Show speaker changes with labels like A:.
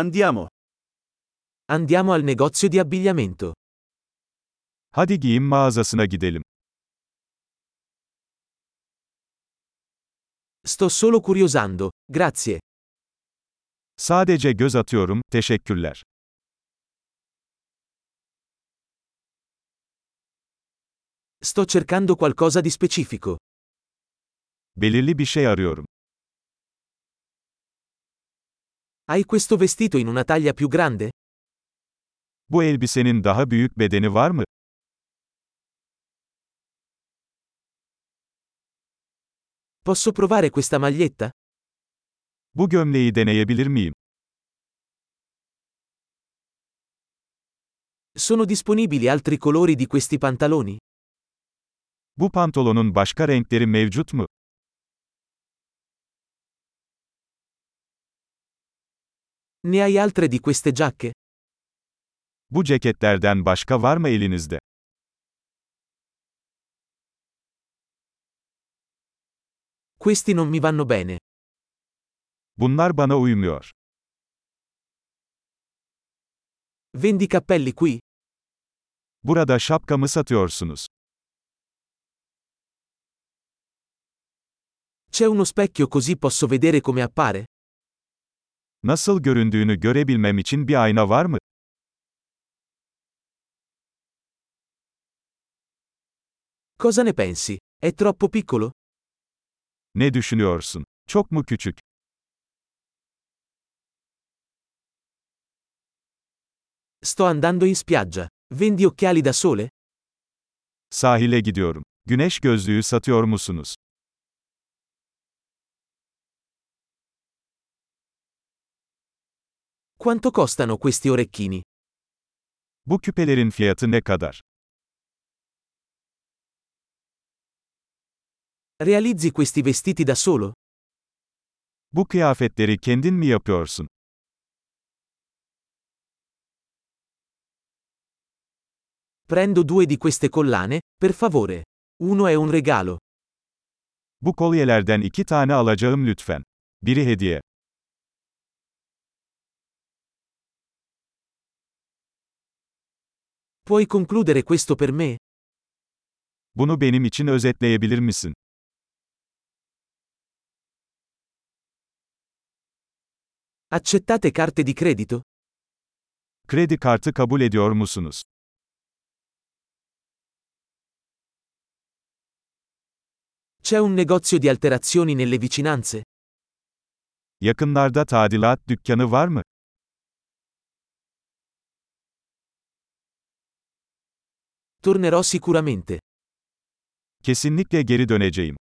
A: Andiamo.
B: Andiamo al negozio di abbigliamento.
C: Hadi giyim mağazasına gidelim.
B: Sto solo curiosando, grazie.
C: Sadece göz atıyorum, teşekkürler.
B: Sto cercando qualcosa di specifico.
C: Belirli bir şey arıyorum.
B: Hai questo vestito in una taglia più grande?
C: Bu elbisenin daha büyük bedeni var mı?
B: Posso provare questa maglietta?
C: Bu gömleği deneyebilir miyim?
B: Sono disponibili altri colori di questi pantaloni?
C: Bu pantolonun başka renkleri mevcut mu?
B: Ne hai altre di queste giacche?
C: Bu ceketlerden başka var mı elinizde?
B: Questi non mi vanno bene.
C: Bunlar bana uymuyor.
B: Vendi cappelli qui?
C: Burada şapkamı satıyorsunuz.
B: C'è uno specchio così posso vedere come appare?
C: Nasıl göründüğünü görebilmem için bir ayna var mı?
B: Cosa ne pensi? È troppo piccolo?
C: Ne düşünüyorsun? Çok mu küçük?
B: Sto andando in spiaggia. Vendi occhiali da sole?
C: Sahile gidiyorum. Güneş gözlüğü satıyor musunuz?
B: Quanto costano questi orecchini?
C: Bu küpelerin fiyatı ne kadar?
B: Realizzi questi vestiti da solo?
C: Bu kıyafetleri kendin mi yapıyorsun?
B: Prendo due di queste collane, per favore. Uno è un regalo.
C: Bu kolyelerden iki tane alacağım lütfen. Biri hediye.
B: Puoi concludere questo per me?
C: Bunu benim için özetleyebilir misin?
B: Accettate carte di credito?
C: Kredi kartı kabul ediyor musunuz?
B: C'è un negozio di alterazioni nelle vicinanze?
C: Yakınlarda tadilat dükkanı var mı?
B: Tornerò sicuramente.
C: Kesinlikle geri döneceğim.